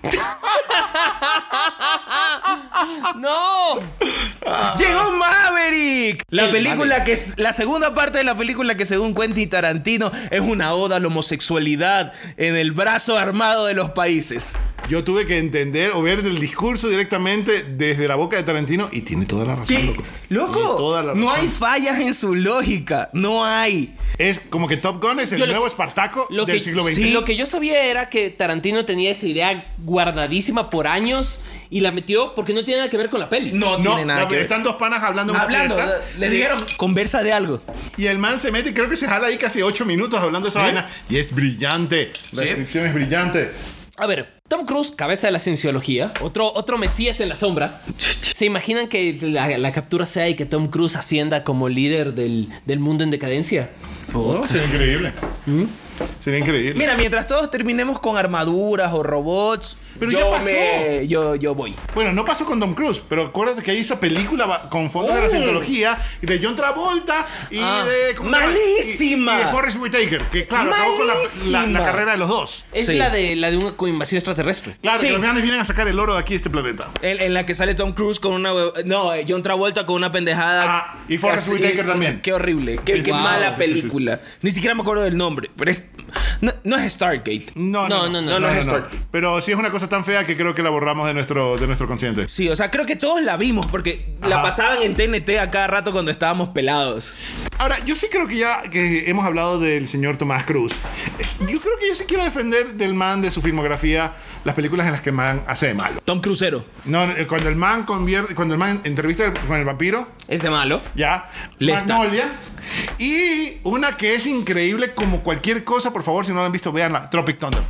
[SPEAKER 6] ¡No!
[SPEAKER 5] ¡Llegó Maverick! La película que es. La segunda parte de la película que, según Quentin Tarantino, es una oda a la homosexualidad en el brazo armado de los países.
[SPEAKER 2] Yo tuve que entender o ver el discurso directamente desde la boca de Tarantino y tiene toda la razón,
[SPEAKER 5] ¿Qué?
[SPEAKER 2] loco. Tiene
[SPEAKER 5] ¡Loco!
[SPEAKER 2] toda la
[SPEAKER 5] No
[SPEAKER 2] razón.
[SPEAKER 5] hay fallas en su lógica. No hay.
[SPEAKER 2] Es como que Top Gun es el
[SPEAKER 6] Yo lo-
[SPEAKER 2] nuevo Espartaco
[SPEAKER 6] Lo
[SPEAKER 2] del
[SPEAKER 6] que,
[SPEAKER 2] siglo XXI.
[SPEAKER 6] lo que yo sabía era que Tarantino tenía esa idea guardadísima por años y la metió porque no tiene nada que ver con la peli.
[SPEAKER 5] No, tiene nada
[SPEAKER 2] la-
[SPEAKER 5] que ver.
[SPEAKER 2] están dos panas hablando. en una
[SPEAKER 5] Hablando,
[SPEAKER 2] fiesta,
[SPEAKER 5] le
[SPEAKER 2] y-
[SPEAKER 5] dijeron, conversa de algo.
[SPEAKER 2] Y el man se mete, creo que se jala ahí casi ocho minutos hablando de esa vaina. Y es brillante. La
[SPEAKER 5] Sí.
[SPEAKER 2] descripción es brillante.
[SPEAKER 6] A ver, Tom Cruise, cabeza de la cienciología, otro, otro mesías en la sombra. ¿Se imaginan que la, la captura sea y que Tom Cruise ascienda como líder del, del mundo en decadencia?
[SPEAKER 2] No, sería increíble.
[SPEAKER 5] ¿Mm?
[SPEAKER 2] Sería increíble.
[SPEAKER 5] Mira, mientras todos terminemos con armaduras o robots,
[SPEAKER 2] Pero
[SPEAKER 5] yo,
[SPEAKER 2] ya pasó.
[SPEAKER 5] me- yo, yo voy.
[SPEAKER 2] Bueno, no pasó con Tom Cruise, pero acuérdate que hay esa película va- con fondos de la cientología y de John Travolta y
[SPEAKER 6] Ah.
[SPEAKER 2] de. ¿cómo se llama?
[SPEAKER 5] Malísima.
[SPEAKER 2] Y, y de Forrest Whitaker, que claro, acabó con la, la- la
[SPEAKER 5] Malísima.
[SPEAKER 2] carrera de los dos.
[SPEAKER 6] Es
[SPEAKER 5] Sí.
[SPEAKER 6] la de la de una invasión extraterrestre.
[SPEAKER 2] Claro,
[SPEAKER 5] Sí.
[SPEAKER 2] que los ganes vienen a sacar el oro de aquí, de este planeta.
[SPEAKER 5] En, en la que sale Tom Cruise con una. hue- No, eh, John Travolta con una pendejada.
[SPEAKER 2] Ah, y Forrest Whitaker también.
[SPEAKER 5] Qué horrible. Qué,
[SPEAKER 2] Sí,
[SPEAKER 5] qué
[SPEAKER 2] wow.
[SPEAKER 5] mala
[SPEAKER 2] Sí, sí, sí, sí.
[SPEAKER 5] película. Ni siquiera me acuerdo del nombre. Pero es. No, no es Stargate.
[SPEAKER 2] No, no,
[SPEAKER 5] No,
[SPEAKER 2] no.
[SPEAKER 5] no, es
[SPEAKER 2] No, no.
[SPEAKER 5] Stargate.
[SPEAKER 2] Pero sí es una cosa tan fea que creo que la borramos de nuestro, de nuestro consciente.
[SPEAKER 5] Sí, o sea, creo que todos la vimos porque la
[SPEAKER 2] Ajá.
[SPEAKER 5] pasaban en TNT a cada rato cuando estábamos pelados.
[SPEAKER 2] Ahora, yo sí creo que ya que hemos hablado del señor Tomás Cruz. eh, Yo creo que yo sí quiero defender del man de su filmografía las películas en las que el man hace de malo.
[SPEAKER 5] Tom Crucero.
[SPEAKER 2] No, eh, cuando el man convierte, cuando el man entrevista con el vampiro,
[SPEAKER 6] Es de malo.
[SPEAKER 2] ya,
[SPEAKER 5] Le está.
[SPEAKER 2] Magnolia. Y una que es increíble como cualquier cosa, por favor, si no la han visto, véanla, Tropic Thunder.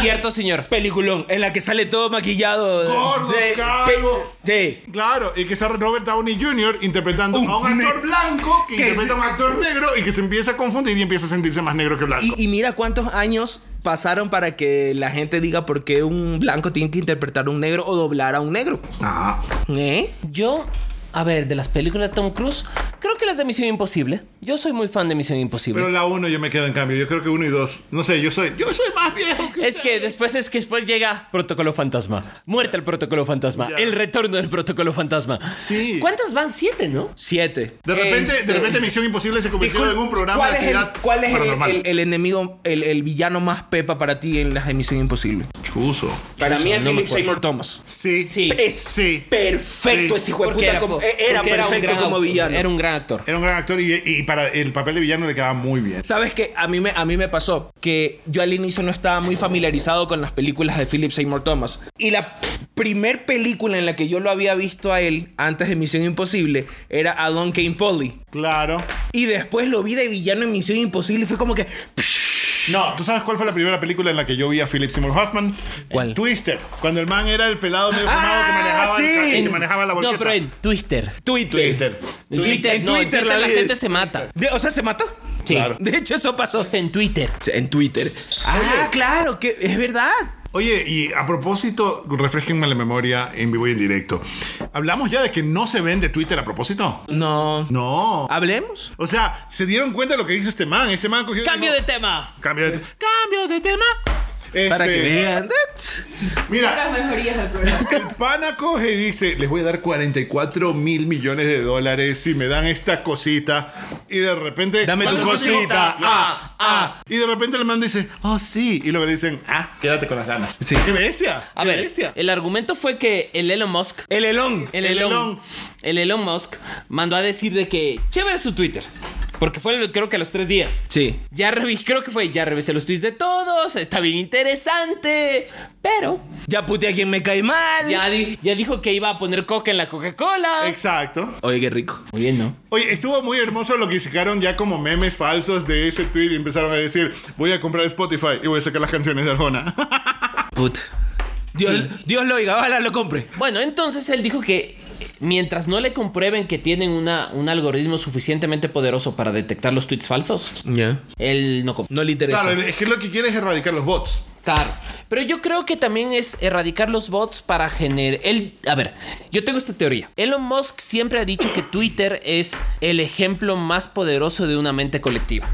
[SPEAKER 6] Cierto, señor.
[SPEAKER 5] Peliculón. En la que sale todo maquillado.
[SPEAKER 2] Gordo,
[SPEAKER 5] Sí,
[SPEAKER 2] calvo.
[SPEAKER 5] pe- sí.
[SPEAKER 2] Claro, y que sale Robert Downey Jr. interpretando
[SPEAKER 5] Un
[SPEAKER 2] a un actor
[SPEAKER 5] Uh, ne-
[SPEAKER 2] blanco que
[SPEAKER 5] que
[SPEAKER 2] interpreta a
[SPEAKER 5] se-
[SPEAKER 2] un actor negro y que se empieza a confundir y empieza a sentirse más negro que blanco.
[SPEAKER 5] Y, y mira cuántos años pasaron para que la gente diga por qué un blanco tiene que interpretar a un negro o doblar a un negro.
[SPEAKER 2] Ah.
[SPEAKER 5] ¿Eh?
[SPEAKER 6] Yo, a ver, de las películas de Tom Cruise, creo que las de Misión Imposible. Yo soy muy fan de Misión Imposible.
[SPEAKER 2] Pero la 1 yo me quedo en cambio. Yo creo que 1 y 2. No sé, yo soy. Yo soy más viejo que.
[SPEAKER 6] Es que después es que después llega Protocolo Fantasma. Muerte al Protocolo Fantasma.
[SPEAKER 2] Ya.
[SPEAKER 6] El retorno del Protocolo Fantasma.
[SPEAKER 2] Sí.
[SPEAKER 6] ¿Cuántas van? Siete, ¿no?
[SPEAKER 5] Siete.
[SPEAKER 2] De repente,
[SPEAKER 5] Este-
[SPEAKER 2] de repente Misión Imposible se convirtió
[SPEAKER 5] Disculpa,
[SPEAKER 2] en un programa
[SPEAKER 5] ¿Cuál
[SPEAKER 2] de
[SPEAKER 5] es, el,
[SPEAKER 2] actividad
[SPEAKER 5] cuál es el-
[SPEAKER 2] paranormal.
[SPEAKER 5] el- el enemigo, el, el villano más pepa para ti en las de Misión Imposible?
[SPEAKER 2] Chuzo.
[SPEAKER 5] Para mí es
[SPEAKER 6] no me
[SPEAKER 5] Philip
[SPEAKER 6] acuerdo.
[SPEAKER 5] Seymour Thomas.
[SPEAKER 2] Sí.
[SPEAKER 6] Sí.
[SPEAKER 5] Es
[SPEAKER 2] Sí.
[SPEAKER 5] perfecto
[SPEAKER 2] Sí.
[SPEAKER 5] ese hijo de puta como eh, era
[SPEAKER 6] porque un
[SPEAKER 5] perfecto
[SPEAKER 6] gran
[SPEAKER 5] como
[SPEAKER 6] actor,
[SPEAKER 5] villano.
[SPEAKER 6] Era un gran actor.
[SPEAKER 2] Era un gran actor y, y para el papel de villano le quedaba muy bien.
[SPEAKER 5] ¿Sabes qué? A mí, me, a mí me pasó que yo al inicio no estaba muy familiarizado con las películas de Philip Seymour Thomas. Y la primer película en la que yo lo había visto a él antes de Misión Imposible era Alone Came Polly.
[SPEAKER 2] Claro.
[SPEAKER 5] Y después lo vi de villano en Misión Imposible y fue como que...
[SPEAKER 2] No, ¿tú sabes cuál fue la primera película en la que yo vi a Philip Seymour Hoffman?
[SPEAKER 6] ¿Cuál?
[SPEAKER 2] En Twister. Cuando el man era el pelado medio
[SPEAKER 5] Ah,
[SPEAKER 2] fumado que manejaba, el
[SPEAKER 5] sí.
[SPEAKER 2] carro y que
[SPEAKER 5] En-
[SPEAKER 2] manejaba la volqueta.
[SPEAKER 6] No, pero en Twitter.
[SPEAKER 5] Twitter.
[SPEAKER 2] Twister.
[SPEAKER 6] En Twitter,
[SPEAKER 5] en
[SPEAKER 6] no, en
[SPEAKER 5] Twitter
[SPEAKER 6] Twitter
[SPEAKER 5] la
[SPEAKER 6] la,
[SPEAKER 5] vi-
[SPEAKER 6] gente se mata.
[SPEAKER 5] De- o sea, se mató.
[SPEAKER 6] Sí.
[SPEAKER 5] De hecho, eso pasó.
[SPEAKER 6] En Twitter.
[SPEAKER 5] En Twitter. Ah, claro, que es verdad.
[SPEAKER 2] Oye, y a propósito, refresquenme la memoria en vivo y en directo. ¿Hablamos ya de que no se vende Twitter a propósito?
[SPEAKER 5] No.
[SPEAKER 2] No.
[SPEAKER 5] Hablemos.
[SPEAKER 2] O sea, se dieron cuenta de lo que hizo este man. Este man cogió. y
[SPEAKER 6] Cambio de
[SPEAKER 2] dijo,
[SPEAKER 6] tema.
[SPEAKER 2] Cambio de, cambio de tema.
[SPEAKER 5] Para
[SPEAKER 2] Este,
[SPEAKER 5] que vean.
[SPEAKER 2] Mira,
[SPEAKER 7] Las mejorías al programa.
[SPEAKER 2] el pana coge y dice: Les voy a dar 44 mil millones de dólares si me dan esta cosita. Y de repente.
[SPEAKER 5] Dame tu
[SPEAKER 2] ¿Cuánto
[SPEAKER 5] cosita?
[SPEAKER 2] cosita? Ah, ah. Y de repente el man dice: Oh, sí. Y luego le dicen: Ah, quédate con las ganas.
[SPEAKER 5] Sí.
[SPEAKER 2] ¡Qué bestia!
[SPEAKER 6] A
[SPEAKER 2] qué
[SPEAKER 6] ver,
[SPEAKER 2] bestia.
[SPEAKER 6] el argumento fue que el Elon Musk
[SPEAKER 5] El elón.
[SPEAKER 6] El,
[SPEAKER 2] El
[SPEAKER 6] Elon,
[SPEAKER 2] Elon.
[SPEAKER 6] el Elon Musk mandó a decir de que chévere su Twitter. Porque fue creo que a los tres días.
[SPEAKER 5] Sí.
[SPEAKER 6] Ya revi- creo que fue, ya revisé los tweets de todos, está bien interesante. Pero
[SPEAKER 5] Ya puteé a quien me cae mal.
[SPEAKER 6] ya, di- ya dijo que iba a poner coca en la Coca-Cola.
[SPEAKER 2] Exacto.
[SPEAKER 5] Oye, qué rico.
[SPEAKER 6] Muy bien, ¿no?
[SPEAKER 2] Oye, estuvo muy hermoso lo que sacaron ya como memes falsos de ese tweet y empezaron a decir, voy a comprar Spotify y voy a sacar las canciones de Arjona.
[SPEAKER 5] Put. Dios, Dios lo oiga, ojalá lo compre.
[SPEAKER 6] Bueno, entonces él dijo que mientras no le comprueben que tienen una, un algoritmo suficientemente poderoso para detectar los tweets falsos,
[SPEAKER 5] Ya.
[SPEAKER 6] él no compra.
[SPEAKER 5] No le interesa.
[SPEAKER 2] claro, es que lo que quiere es erradicar los bots.
[SPEAKER 6] Claro. Pero yo creo que también es erradicar los bots para generar. Él, a ver, yo tengo esta teoría. Elon Musk siempre ha dicho que Twitter es el ejemplo más poderoso de una mente colectiva.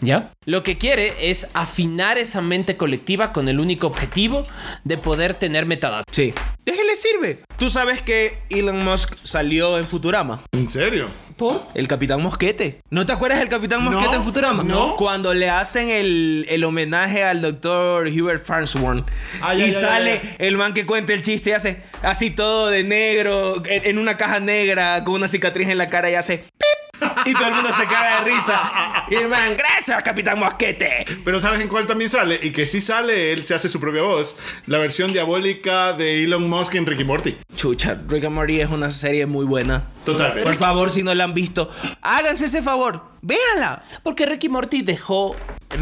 [SPEAKER 6] ¿Ya? Lo que quiere es afinar esa mente colectiva con el único objetivo de poder tener metadatos.
[SPEAKER 5] Sí. ¿De qué le sirve? Tú sabes que Elon Musk salió en Futurama.
[SPEAKER 2] ¿En serio?
[SPEAKER 6] ¿Por?
[SPEAKER 5] El Capitán Mosquete. ¿No te acuerdas del Capitán
[SPEAKER 2] No,
[SPEAKER 5] Mosquete en Futurama?
[SPEAKER 2] no.
[SPEAKER 5] Cuando le hacen el, el homenaje al doctor Hubert Farnsworth.
[SPEAKER 2] Ah, ya,
[SPEAKER 5] y
[SPEAKER 2] ya, ya,
[SPEAKER 5] sale
[SPEAKER 2] ya.
[SPEAKER 5] el man que cuenta el chiste y hace así todo de negro, en, en una caja negra, con una cicatriz en la cara y hace... pip. Y todo el mundo se caga de risa. Y el man, gracias, Capitán Mosquete.
[SPEAKER 2] Pero ¿sabes en cuál también sale? Y que sí sale, él se hace su propia voz. La versión diabólica de Elon Musk en Ricky Morty.
[SPEAKER 5] Chucha, Rick and Morty es una serie muy buena.
[SPEAKER 2] Total.
[SPEAKER 5] Por favor, si no la han visto, háganse ese favor. Véanla.
[SPEAKER 6] Porque Ricky Morty dejó,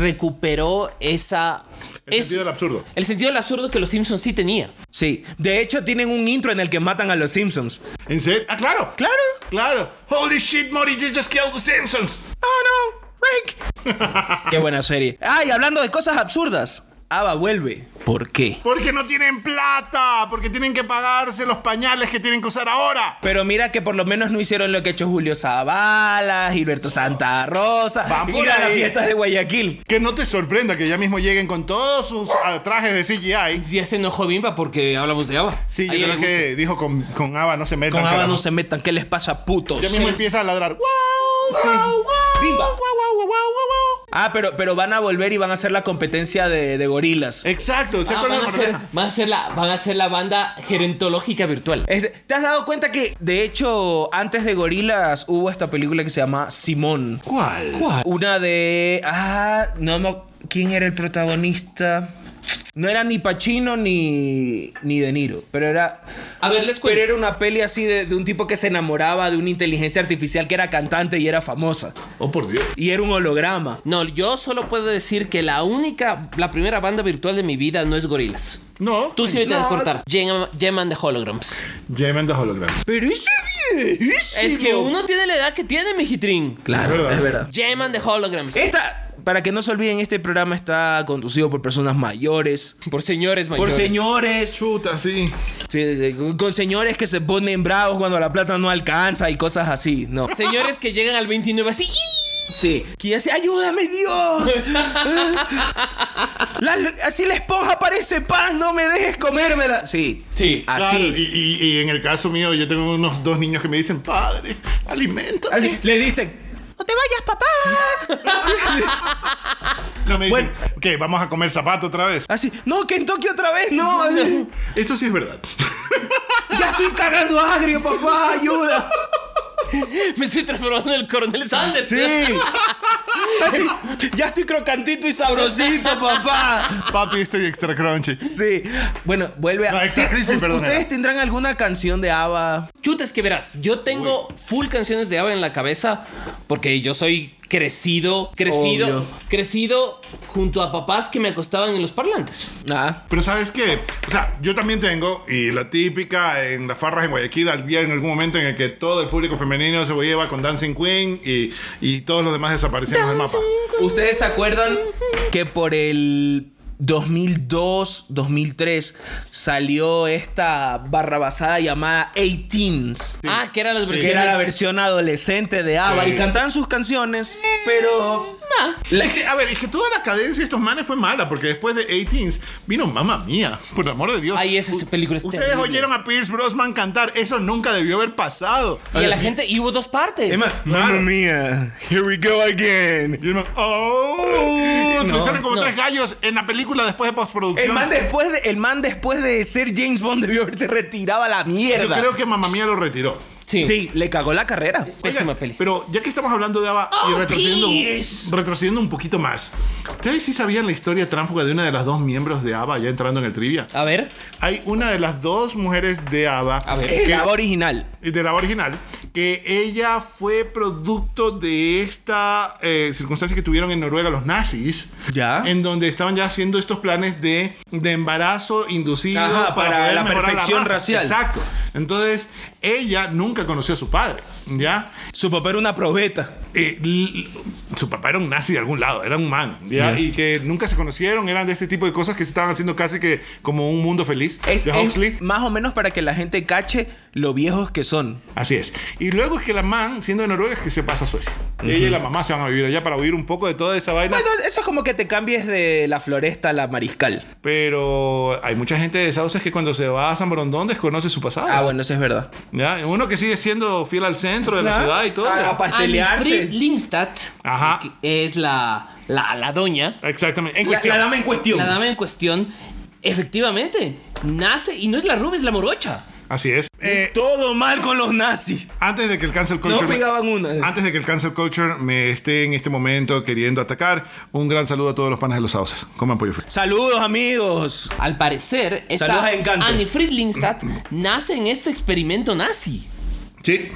[SPEAKER 6] recuperó esa...
[SPEAKER 2] El sentido del absurdo.
[SPEAKER 6] el sentido del absurdo que los Simpsons sí tenían.
[SPEAKER 5] Sí, de hecho tienen un intro en el que matan a los Simpsons.
[SPEAKER 2] ¿En serio? Ah, claro.
[SPEAKER 5] Claro.
[SPEAKER 2] Claro. Holy shit, Morty, you just killed the Simpsons.
[SPEAKER 5] Oh no, Rick. Qué buena serie. Ay, hablando de cosas absurdas, Ava vuelve. ¿Por qué?
[SPEAKER 2] Porque no tienen plata, porque tienen que pagarse los pañales que tienen que usar ahora.
[SPEAKER 5] Pero mira que por lo menos no hicieron lo que ha hecho Julio Zavala, Gilberto Santa Rosa,
[SPEAKER 2] Van por
[SPEAKER 5] ir a las
[SPEAKER 2] ahí.
[SPEAKER 5] fiestas de Guayaquil.
[SPEAKER 2] Que no te sorprenda que ya mismo lleguen con todos sus ah, trajes de CGI.
[SPEAKER 6] Ya se enojó Bimba porque hablamos de Ava.
[SPEAKER 2] Sí, yo
[SPEAKER 6] Ahí
[SPEAKER 2] creo
[SPEAKER 6] le gusta.
[SPEAKER 2] que dijo con, con Ava no se metan.
[SPEAKER 5] Con Ava
[SPEAKER 2] carajo.
[SPEAKER 5] no se metan, ¿qué les pasa, putos?
[SPEAKER 2] Ya mismo empieza a ladrar. ¡Wow!
[SPEAKER 5] Sí.
[SPEAKER 2] ¡Wow! ¡Wow!
[SPEAKER 5] Bimba.
[SPEAKER 2] ¡Wow! ¡Wow! ¡Wow! ¡Wow!
[SPEAKER 5] Ah, pero, pero van a volver y van a hacer la competencia de, de gorilas.
[SPEAKER 2] Exacto, ¿se
[SPEAKER 6] Ah,
[SPEAKER 2] acuerdan
[SPEAKER 6] van, a
[SPEAKER 2] de la
[SPEAKER 6] ser,
[SPEAKER 2] moraleja?
[SPEAKER 6] van a ser la, van a ser la banda gerentológica virtual.
[SPEAKER 5] Este, ¿Te has dado cuenta que, de hecho, antes de Gorilas hubo esta película que se llama Simón?
[SPEAKER 2] ¿Cuál?
[SPEAKER 5] Una de. Ah, no me. ¿Quién era el protagonista? No era ni Pacino ni, ni De Niro, pero era.
[SPEAKER 6] A ver, les
[SPEAKER 5] Pero
[SPEAKER 6] cuento.
[SPEAKER 5] era una peli así de, de un tipo que se enamoraba de una inteligencia artificial que era cantante y era famosa.
[SPEAKER 2] Oh, por Dios.
[SPEAKER 5] Y era un holograma.
[SPEAKER 6] No, yo solo puedo decir que la única, la primera banda virtual de mi vida no es Gorilas.
[SPEAKER 2] No.
[SPEAKER 6] Tú sí me tienes que cortar. Gem, Gem and the Holograms.
[SPEAKER 2] Gem and the Holograms.
[SPEAKER 5] Pero ese viejísimo.
[SPEAKER 6] es que uno tiene la edad que tiene, mijitrín.
[SPEAKER 5] Claro,
[SPEAKER 2] Es verdad.
[SPEAKER 5] es verdad.
[SPEAKER 6] Gem and the Holograms.
[SPEAKER 2] ¿Eh?
[SPEAKER 5] Esta, para que no se olviden, este programa está conducido por personas mayores.
[SPEAKER 6] Por señores
[SPEAKER 5] Por
[SPEAKER 6] mayores.
[SPEAKER 5] señores.
[SPEAKER 2] Chuta, sí.
[SPEAKER 5] Sí, sí, con- con señores que se ponen bravos cuando la plata no alcanza y cosas así, no.
[SPEAKER 6] señores que llegan al 29 así.
[SPEAKER 5] Sí. Que ya se- ayúdame Dios. La- así la esponja parece pan, no me dejes comérmela. Sí.
[SPEAKER 6] Sí,
[SPEAKER 5] Así.
[SPEAKER 2] Claro, y, y- y en el caso mío, yo tengo unos dos niños que me dicen, padre, aliméntame.
[SPEAKER 5] Así. Le dicen. No te vayas, papá.
[SPEAKER 2] No me dicen,
[SPEAKER 5] Bueno.
[SPEAKER 2] ok, vamos a comer zapato otra vez.
[SPEAKER 5] Así. No, Kentucky otra vez, no. Así,
[SPEAKER 2] Eso sí es verdad.
[SPEAKER 5] ya estoy cagando agrio, papá, ayuda.
[SPEAKER 6] Me estoy transformando en el coronel Sanders.
[SPEAKER 5] Sí. Así. Ya estoy crocantito y sabrosito, papá.
[SPEAKER 2] Papi, estoy extra crunchy.
[SPEAKER 5] Sí. Bueno, vuelve a.
[SPEAKER 2] No, extra crispy,
[SPEAKER 5] ¿Ustedes
[SPEAKER 2] perdón, era.
[SPEAKER 5] tendrán alguna canción de Ava?
[SPEAKER 6] Chuta, es que verás, yo tengo full canciones de Ava en la cabeza porque yo soy crecido, crecido,
[SPEAKER 5] Obvio.
[SPEAKER 6] crecido junto a papás que me acostaban en los parlantes.
[SPEAKER 5] Nada.
[SPEAKER 2] Pero ¿sabes qué? O sea, yo también tengo, y la típica en las farras en Guayaquil, había en algún momento en el que todo el público femenino se lleva con Dancing Queen y, y todos los demás desaparecieron del mapa.
[SPEAKER 5] ¿Ustedes se acuerdan que por el 2002, 2003 salió esta barra basada llamada 18s?
[SPEAKER 6] Ah, que eran las
[SPEAKER 5] Que
[SPEAKER 6] versiones.
[SPEAKER 5] era la versión adolescente de ABBA
[SPEAKER 2] Sí.
[SPEAKER 5] y cantaban sus canciones, pero.
[SPEAKER 2] Es que, a ver, es que toda la cadencia de estos manes fue mala, porque después de 18s vino mamá mía, por el amor de Dios.
[SPEAKER 6] Ahí es esa película. es
[SPEAKER 2] Ustedes
[SPEAKER 6] terrible.
[SPEAKER 2] oyeron a Pierce Brosman cantar, eso nunca debió haber pasado.
[SPEAKER 6] Y a la gente, y hubo dos partes.
[SPEAKER 2] Claro.
[SPEAKER 5] mía, here we go again.
[SPEAKER 2] Y el man, ¡Oh!
[SPEAKER 5] No,
[SPEAKER 2] Te salen como
[SPEAKER 6] no.
[SPEAKER 2] tres gallos en la película después de postproducción.
[SPEAKER 5] El man, después de, el man después de ser James Bond debió haberse retirado a la
[SPEAKER 2] Yo
[SPEAKER 5] mierda.
[SPEAKER 2] creo que mamá mía lo retiró.
[SPEAKER 6] Sí.
[SPEAKER 5] Sí, le cagó la carrera.
[SPEAKER 2] Oiga,
[SPEAKER 6] Pésima peli. Oh,
[SPEAKER 2] Pero ya que estamos hablando de Ava y retrocediendo, retrocediendo un poquito más, ¿ustedes sí sabían la historia tránsfuga de una de las dos miembros de Ava ya entrando en el trivia?
[SPEAKER 6] A ver,
[SPEAKER 2] Hay una de las dos mujeres de Ava,
[SPEAKER 6] A ver.
[SPEAKER 5] El
[SPEAKER 2] que-
[SPEAKER 5] ABBA original.
[SPEAKER 2] de la original, que ella fue producto de esta eh, circunstancia que tuvieron en Noruega los nazis,
[SPEAKER 5] Ya.
[SPEAKER 2] en donde estaban ya haciendo estos planes de, de embarazo inducido
[SPEAKER 5] Ajá, para
[SPEAKER 2] poder
[SPEAKER 5] la
[SPEAKER 2] mejorar
[SPEAKER 5] perfección
[SPEAKER 2] raza.
[SPEAKER 5] racial.
[SPEAKER 2] Exacto. Entonces, ella nunca conoció a su padre, ¿ya?
[SPEAKER 5] Su papá era una probeta.
[SPEAKER 2] Eh, l- su papá era un nazi de algún lado, era un man, ¿ya? Y que nunca se conocieron, eran de ese tipo de cosas que se estaban haciendo casi que como un mundo feliz
[SPEAKER 5] Es,
[SPEAKER 2] de
[SPEAKER 5] es
[SPEAKER 2] Huxley.
[SPEAKER 5] más o menos para que la gente cache lo viejos que son.
[SPEAKER 2] Así es. Y luego es que la man, siendo de Noruega, es que se pasa a Suecia. Ella y la mamá se van a vivir allá para huir un poco de toda esa vaina.
[SPEAKER 5] Bueno, eso es como que te cambies de la floresta a la mariscal.
[SPEAKER 2] Pero hay mucha gente de Sauces que cuando se va a San Brondón desconoce su pasado.
[SPEAKER 5] Ah, bueno, eso es verdad.
[SPEAKER 2] ¿Ya? Uno que sigue siendo fiel al centro de la ciudad y todo.
[SPEAKER 5] Ah, a
[SPEAKER 6] Anne
[SPEAKER 5] pastelearse.
[SPEAKER 6] Lindstad
[SPEAKER 2] Ajá.
[SPEAKER 6] que es la, la, la doña,
[SPEAKER 2] Exactamente. En
[SPEAKER 5] La,
[SPEAKER 2] cuestión.
[SPEAKER 5] la dama en cuestión.
[SPEAKER 6] la dama en cuestión, efectivamente, nace y no es la rubia, es la morocha.
[SPEAKER 2] Así es. Eh,
[SPEAKER 5] Todo mal con los nazis.
[SPEAKER 2] antes de que el cancel culture
[SPEAKER 5] No pegaban una.
[SPEAKER 2] antes de que el cancel culture me esté en este momento queriendo atacar un gran saludo a todos los panas de los sauces coman pollo frito
[SPEAKER 5] Saludos, amigos.
[SPEAKER 6] Al parecer, esta
[SPEAKER 5] Saludos a Encanto.
[SPEAKER 6] Annie Friedlingstadt nace en este experimento nazi.
[SPEAKER 2] sí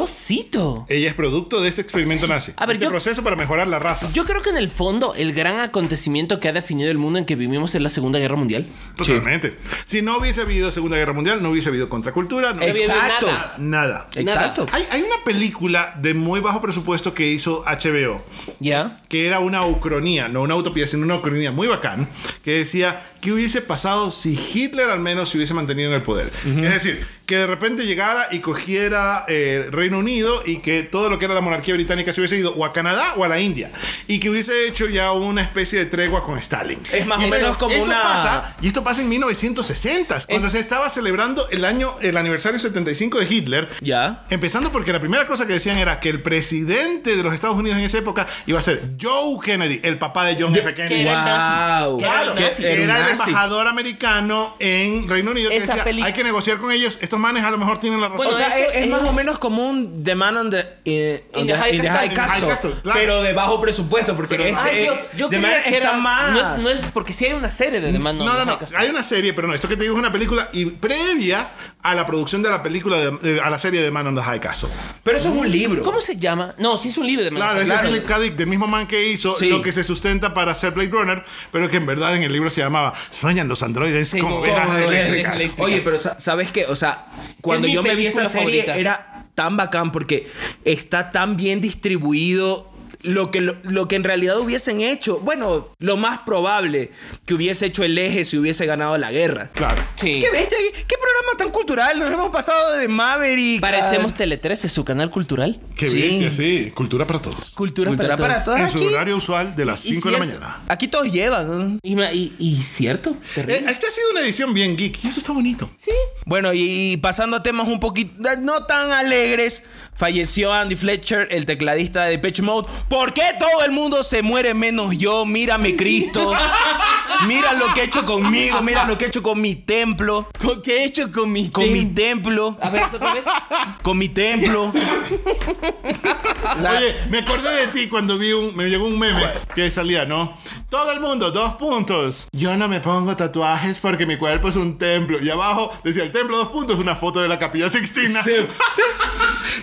[SPEAKER 6] Diosito.
[SPEAKER 2] ella es producto de este experimento nazi
[SPEAKER 6] A ver,
[SPEAKER 2] este
[SPEAKER 6] yo-
[SPEAKER 2] proceso para mejorar la raza
[SPEAKER 6] Yo creo que en el fondo el gran acontecimiento que ha definido el mundo en que vivimos es la Segunda Guerra Mundial.
[SPEAKER 2] totalmente si no hubiese habido segunda guerra mundial no hubiese habido contracultura no hubiese
[SPEAKER 5] Exacto.
[SPEAKER 6] nada.
[SPEAKER 2] nada
[SPEAKER 5] Exacto.
[SPEAKER 2] hay, hay una película de muy bajo presupuesto que hizo HBO
[SPEAKER 6] ¿Ya?
[SPEAKER 2] que era una ucronía, no una utopía, sino una ucronía muy bacán, que decía que hubiese pasado si Hitler al menos se hubiese mantenido en el poder. Es decir, que de repente llegara y cogiera eh, Reino Unido y que todo lo que era la monarquía británica se hubiese ido o a Canadá o a la India y que hubiese hecho ya una especie de tregua con Stalin.
[SPEAKER 5] Es más o
[SPEAKER 2] Y
[SPEAKER 5] menos
[SPEAKER 2] esto-
[SPEAKER 5] como
[SPEAKER 2] esto
[SPEAKER 5] una-
[SPEAKER 2] pasa- y esto pasa en 1960, cuando se estaba celebrando el año, el aniversario 75 de Hitler.
[SPEAKER 5] Ya.
[SPEAKER 2] Empezando porque la primera cosa que decían era que el presidente de los Estados Unidos en esa época iba a ser Joe Kennedy, el papá de John F. Kennedy.
[SPEAKER 6] era el nazi.
[SPEAKER 5] Wow.
[SPEAKER 6] Que era el
[SPEAKER 2] Claro,
[SPEAKER 5] Que
[SPEAKER 6] nazi.
[SPEAKER 2] que
[SPEAKER 5] era un
[SPEAKER 2] era el
[SPEAKER 5] nazi.
[SPEAKER 2] embajador americano en Reino Unido. que
[SPEAKER 6] Esa
[SPEAKER 2] decía,
[SPEAKER 6] peli-
[SPEAKER 2] Hay que negociar con ellos. Estos manes a lo mejor tienen la razón.
[SPEAKER 6] Bueno,
[SPEAKER 5] O sea,
[SPEAKER 6] eso
[SPEAKER 5] es, es más
[SPEAKER 6] es-
[SPEAKER 5] o menos como un The Man on the, eh,
[SPEAKER 6] In
[SPEAKER 5] on
[SPEAKER 6] the
[SPEAKER 5] the-
[SPEAKER 6] High
[SPEAKER 5] in the High
[SPEAKER 6] Castle.
[SPEAKER 5] Castle,
[SPEAKER 2] High Castle, claro.
[SPEAKER 5] Pero de bajo presupuesto, porque este
[SPEAKER 6] Ay, Dios, yo
[SPEAKER 5] The Man
[SPEAKER 6] creía que
[SPEAKER 5] está
[SPEAKER 6] era-
[SPEAKER 5] más.
[SPEAKER 6] No es, no es- porque si hay una serie de The Man on
[SPEAKER 2] no, no,
[SPEAKER 6] the
[SPEAKER 2] no.
[SPEAKER 6] High Castle.
[SPEAKER 2] Hay una serie, pero no. Esto que te digo es una película y previa a la producción de la película, de- de- a la serie de Man on the High Castle.
[SPEAKER 5] Pero eso es un libro.
[SPEAKER 6] ¿Cómo se llama? No, sí es un libro de Man
[SPEAKER 2] Claro,
[SPEAKER 6] on
[SPEAKER 2] es
[SPEAKER 6] the High
[SPEAKER 2] de
[SPEAKER 6] Castle.
[SPEAKER 2] Philip K. Dick, del mismo man que hizo
[SPEAKER 5] Sí.
[SPEAKER 2] lo que se sustenta para hacer Blade Runner, pero que en verdad en el libro se llamaba Sueñan los androides
[SPEAKER 6] Sí,
[SPEAKER 2] como
[SPEAKER 6] como
[SPEAKER 2] ovejas
[SPEAKER 6] ovejas
[SPEAKER 2] eléctricas".
[SPEAKER 6] eléctricas.
[SPEAKER 5] Oye, pero sa- ¿sabes qué? O sea, cuando
[SPEAKER 6] mi
[SPEAKER 5] yo me vi esa
[SPEAKER 6] película
[SPEAKER 5] serie
[SPEAKER 6] favorita.
[SPEAKER 5] era tan bacán porque está tan bien distribuido lo que, lo, lo que en realidad hubiesen hecho. Bueno, lo más probable que hubiese hecho el eje si hubiese ganado la guerra.
[SPEAKER 2] Claro.
[SPEAKER 6] Sí.
[SPEAKER 5] ¿Qué bestia? ¿Qué programa tan cultural? Nos hemos pasado de Maverick. a-
[SPEAKER 6] Parecemos Tele 13, su canal cultural.
[SPEAKER 2] Qué
[SPEAKER 5] Sí.
[SPEAKER 2] bestia, sí. Cultura para todos.
[SPEAKER 6] Cultura,
[SPEAKER 5] Cultura para todos.
[SPEAKER 2] En
[SPEAKER 5] Aquí,
[SPEAKER 2] su horario usual de las
[SPEAKER 6] Y
[SPEAKER 2] 5 de la
[SPEAKER 6] cierto.
[SPEAKER 2] mañana.
[SPEAKER 5] aquí todos llevan. ¿no?
[SPEAKER 6] Y, ma- y- y cierto,
[SPEAKER 2] Eh,
[SPEAKER 6] terrible.
[SPEAKER 2] esta ha sido una edición bien geek y eso está bonito.
[SPEAKER 5] Bueno, y, y pasando a temas un poquito no tan alegres, falleció Andy Fletcher, el tecladista de Depeche Mode. ¿Por qué todo el mundo se muere menos yo? Mírame, Cristo. Mira lo que he hecho conmigo, mira lo que he hecho con mi templo,
[SPEAKER 6] ¿Con- ¿Qué he hecho con mi
[SPEAKER 5] con
[SPEAKER 6] tem-
[SPEAKER 5] mi templo,
[SPEAKER 6] A ver, otra vez.
[SPEAKER 5] con mi templo. O sea,
[SPEAKER 2] Ah, Oye, me acordé de ti cuando vi un. Me llegó un meme que salía, ¿no? Todo el mundo, dos puntos. Yo no me pongo tatuajes porque mi cuerpo es un templo. Y abajo decía el templo, dos puntos, una foto de la Capilla Sixtina.
[SPEAKER 5] Sí.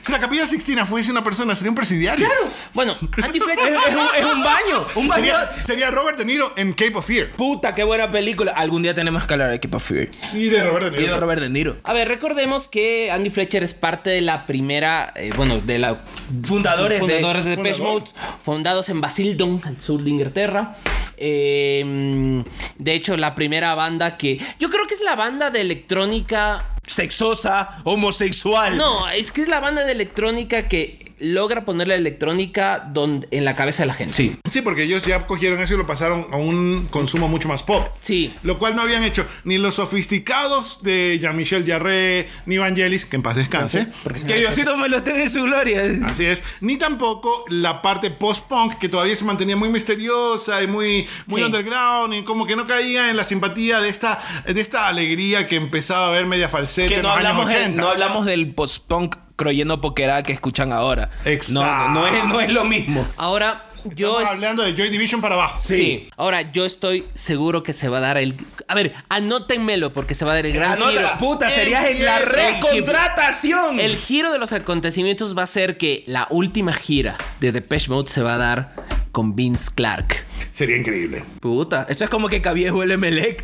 [SPEAKER 2] si la Capilla Sixtina fuese una persona, sería un presidiario. Claro.
[SPEAKER 6] Bueno, Andy
[SPEAKER 5] es,
[SPEAKER 6] Fletcher.
[SPEAKER 5] es un, es un baño, un baño.
[SPEAKER 2] Sería, sería Robert De Niro en Cape of Fear.
[SPEAKER 5] Puta, qué buena película. Algún día tenemos que hablar de Keep of Fear.
[SPEAKER 2] Y de Robert De
[SPEAKER 5] Y de
[SPEAKER 2] Niro.
[SPEAKER 5] Robert De Niro.
[SPEAKER 6] A ver, recordemos que Andy Fletcher es parte de la primera, eh, bueno, de la
[SPEAKER 5] Fundadores,
[SPEAKER 6] fundadores
[SPEAKER 5] de...
[SPEAKER 6] de Depeche Mode, fundados en Basildon, al sur de Inglaterra. Eh, mm, de hecho, la primera banda que. Yo creo que es la banda de electrónica
[SPEAKER 5] Sexosa, homosexual.
[SPEAKER 6] No, es que es la banda de electrónica que logra poner la electrónica don- en la cabeza de la gente.
[SPEAKER 5] Sí.
[SPEAKER 2] Sí, porque ellos ya cogieron eso y lo pasaron a un consumo mucho más pop.
[SPEAKER 6] Sí.
[SPEAKER 2] Lo cual no habían hecho ni los sofisticados de Jean-Michel Jarre, ni Vangelis, que en paz descanse.
[SPEAKER 5] Que Diosito me lo tenga en su gloria.
[SPEAKER 2] Así es. Ni tampoco la parte post-punk que todavía se mantenía muy misteriosa y muy, muy
[SPEAKER 6] Sí.
[SPEAKER 2] underground y como que no caía en la simpatía de esta, de esta alegría que empezaba a ver media falseta
[SPEAKER 5] Que
[SPEAKER 2] en
[SPEAKER 5] no
[SPEAKER 2] los años
[SPEAKER 5] hablamos, del-
[SPEAKER 2] 80.
[SPEAKER 5] no hablamos del post-punk creyendo pokerá que escuchan ahora.
[SPEAKER 2] Exacto.
[SPEAKER 5] No, no, no es, no es lo mismo.
[SPEAKER 6] Ahora, yo.
[SPEAKER 2] Estamos
[SPEAKER 6] es-
[SPEAKER 2] hablando de Joy Division para abajo.
[SPEAKER 6] sí. Ahora, yo estoy seguro que se va a dar el. A ver, anótenmelo porque se va a dar el gran
[SPEAKER 5] Anota,
[SPEAKER 6] giro.
[SPEAKER 5] puta, serías en la
[SPEAKER 2] El-
[SPEAKER 5] recontratación.
[SPEAKER 6] El giro de los acontecimientos va a ser que la última gira de Depeche Mode se va a dar con Vince Clark.
[SPEAKER 2] Sería increíble.
[SPEAKER 5] Puta, eso es como que Caviejo el Emelec.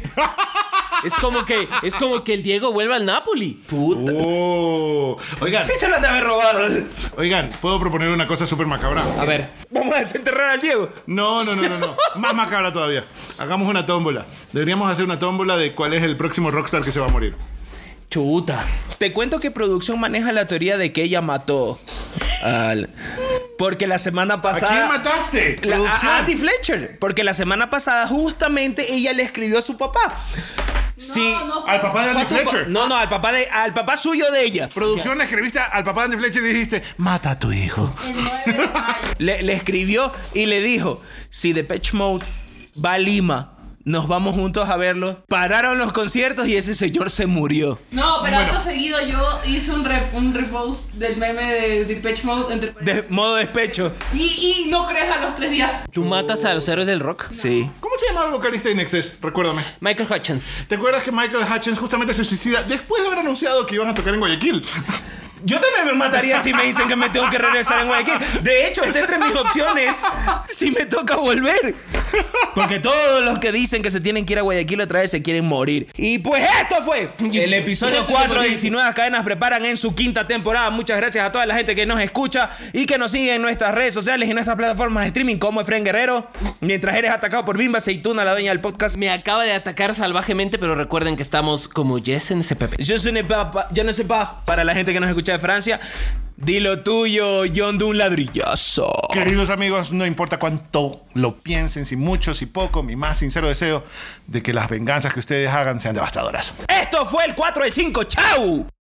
[SPEAKER 6] Es como que, es como que el Diego vuelva al Napoli.
[SPEAKER 5] Puta.
[SPEAKER 2] Oh. Oigan,
[SPEAKER 5] Sí se lo han de haber robado.
[SPEAKER 2] oigan, puedo proponer una cosa súper macabra.
[SPEAKER 6] A ver,
[SPEAKER 5] Vamos a desenterrar al Diego.
[SPEAKER 2] No, no, no, no, no. Más macabra todavía. Hagamos una tómbola. Deberíamos hacer una tómbola de cuál es el próximo rockstar que se va a morir.
[SPEAKER 6] chuta.
[SPEAKER 5] Te cuento que producción maneja la teoría de que ella mató al... Porque la semana
[SPEAKER 2] ¿A
[SPEAKER 5] pasada...
[SPEAKER 2] quién mataste?
[SPEAKER 5] La-
[SPEAKER 2] Producción.
[SPEAKER 5] a Andy Fletcher, porque la semana pasada justamente ella le escribió a su papá. Sí.
[SPEAKER 7] no,
[SPEAKER 2] Al papá de
[SPEAKER 5] Fue
[SPEAKER 2] Andy
[SPEAKER 5] a tu pa-
[SPEAKER 2] Fletcher.
[SPEAKER 5] No, no, al papá de, al papá suyo de ella.
[SPEAKER 2] Producción le escribiste al papá de Andy Fletcher y le dijiste, mata a tu hijo.
[SPEAKER 7] el 9 de mayo.
[SPEAKER 5] Le, le escribió y le dijo: si Depeche Mode va a Lima, nos vamos juntos a verlo. Pararon los conciertos y ese señor se murió.
[SPEAKER 7] No, pero acto seguido yo hice un, rep- un repost del meme de Depeche Mode entre
[SPEAKER 5] De modo despecho.
[SPEAKER 7] y, y no crees a los tres días.
[SPEAKER 6] Tú matas a los héroes del rock.
[SPEAKER 5] Sí.
[SPEAKER 2] ¿Cómo se llamaba el vocalista de Nexus? Recuérdame.
[SPEAKER 6] Michael Hutchins.
[SPEAKER 2] ¿Te acuerdas que Michael Hutchins justamente se suicida después de haber anunciado que iban a tocar en Guayaquil?
[SPEAKER 5] Yo también me mataría si me dicen que me tengo que regresar en Guayaquil. De hecho, está entre mis opciones si me toca volver. Porque todos los que dicen que se tienen que ir a Guayaquil otra vez se quieren morir. Y pues esto fue el episodio 4 de 19 Cadenas Preparan en su quinta temporada. Muchas gracias a toda la gente que nos escucha y que nos sigue en nuestras redes sociales y en nuestras plataformas de streaming como Efren Guerrero. Mientras eres atacado por Bimba Aceituna, la dueña del podcast.
[SPEAKER 6] Me acaba de atacar salvajemente, pero recuerden que estamos como Jess en CPP.
[SPEAKER 5] Je ne sais pas, pa- je ne sais pas, para la gente que nos escucha de Francia. Dilo tuyo, John de un ladrillazo.
[SPEAKER 2] Queridos amigos, no importa cuánto lo piensen, si mucho, si poco, mi más sincero deseo de que las venganzas que ustedes hagan sean devastadoras.
[SPEAKER 5] Esto fue el 4 de 5, chau.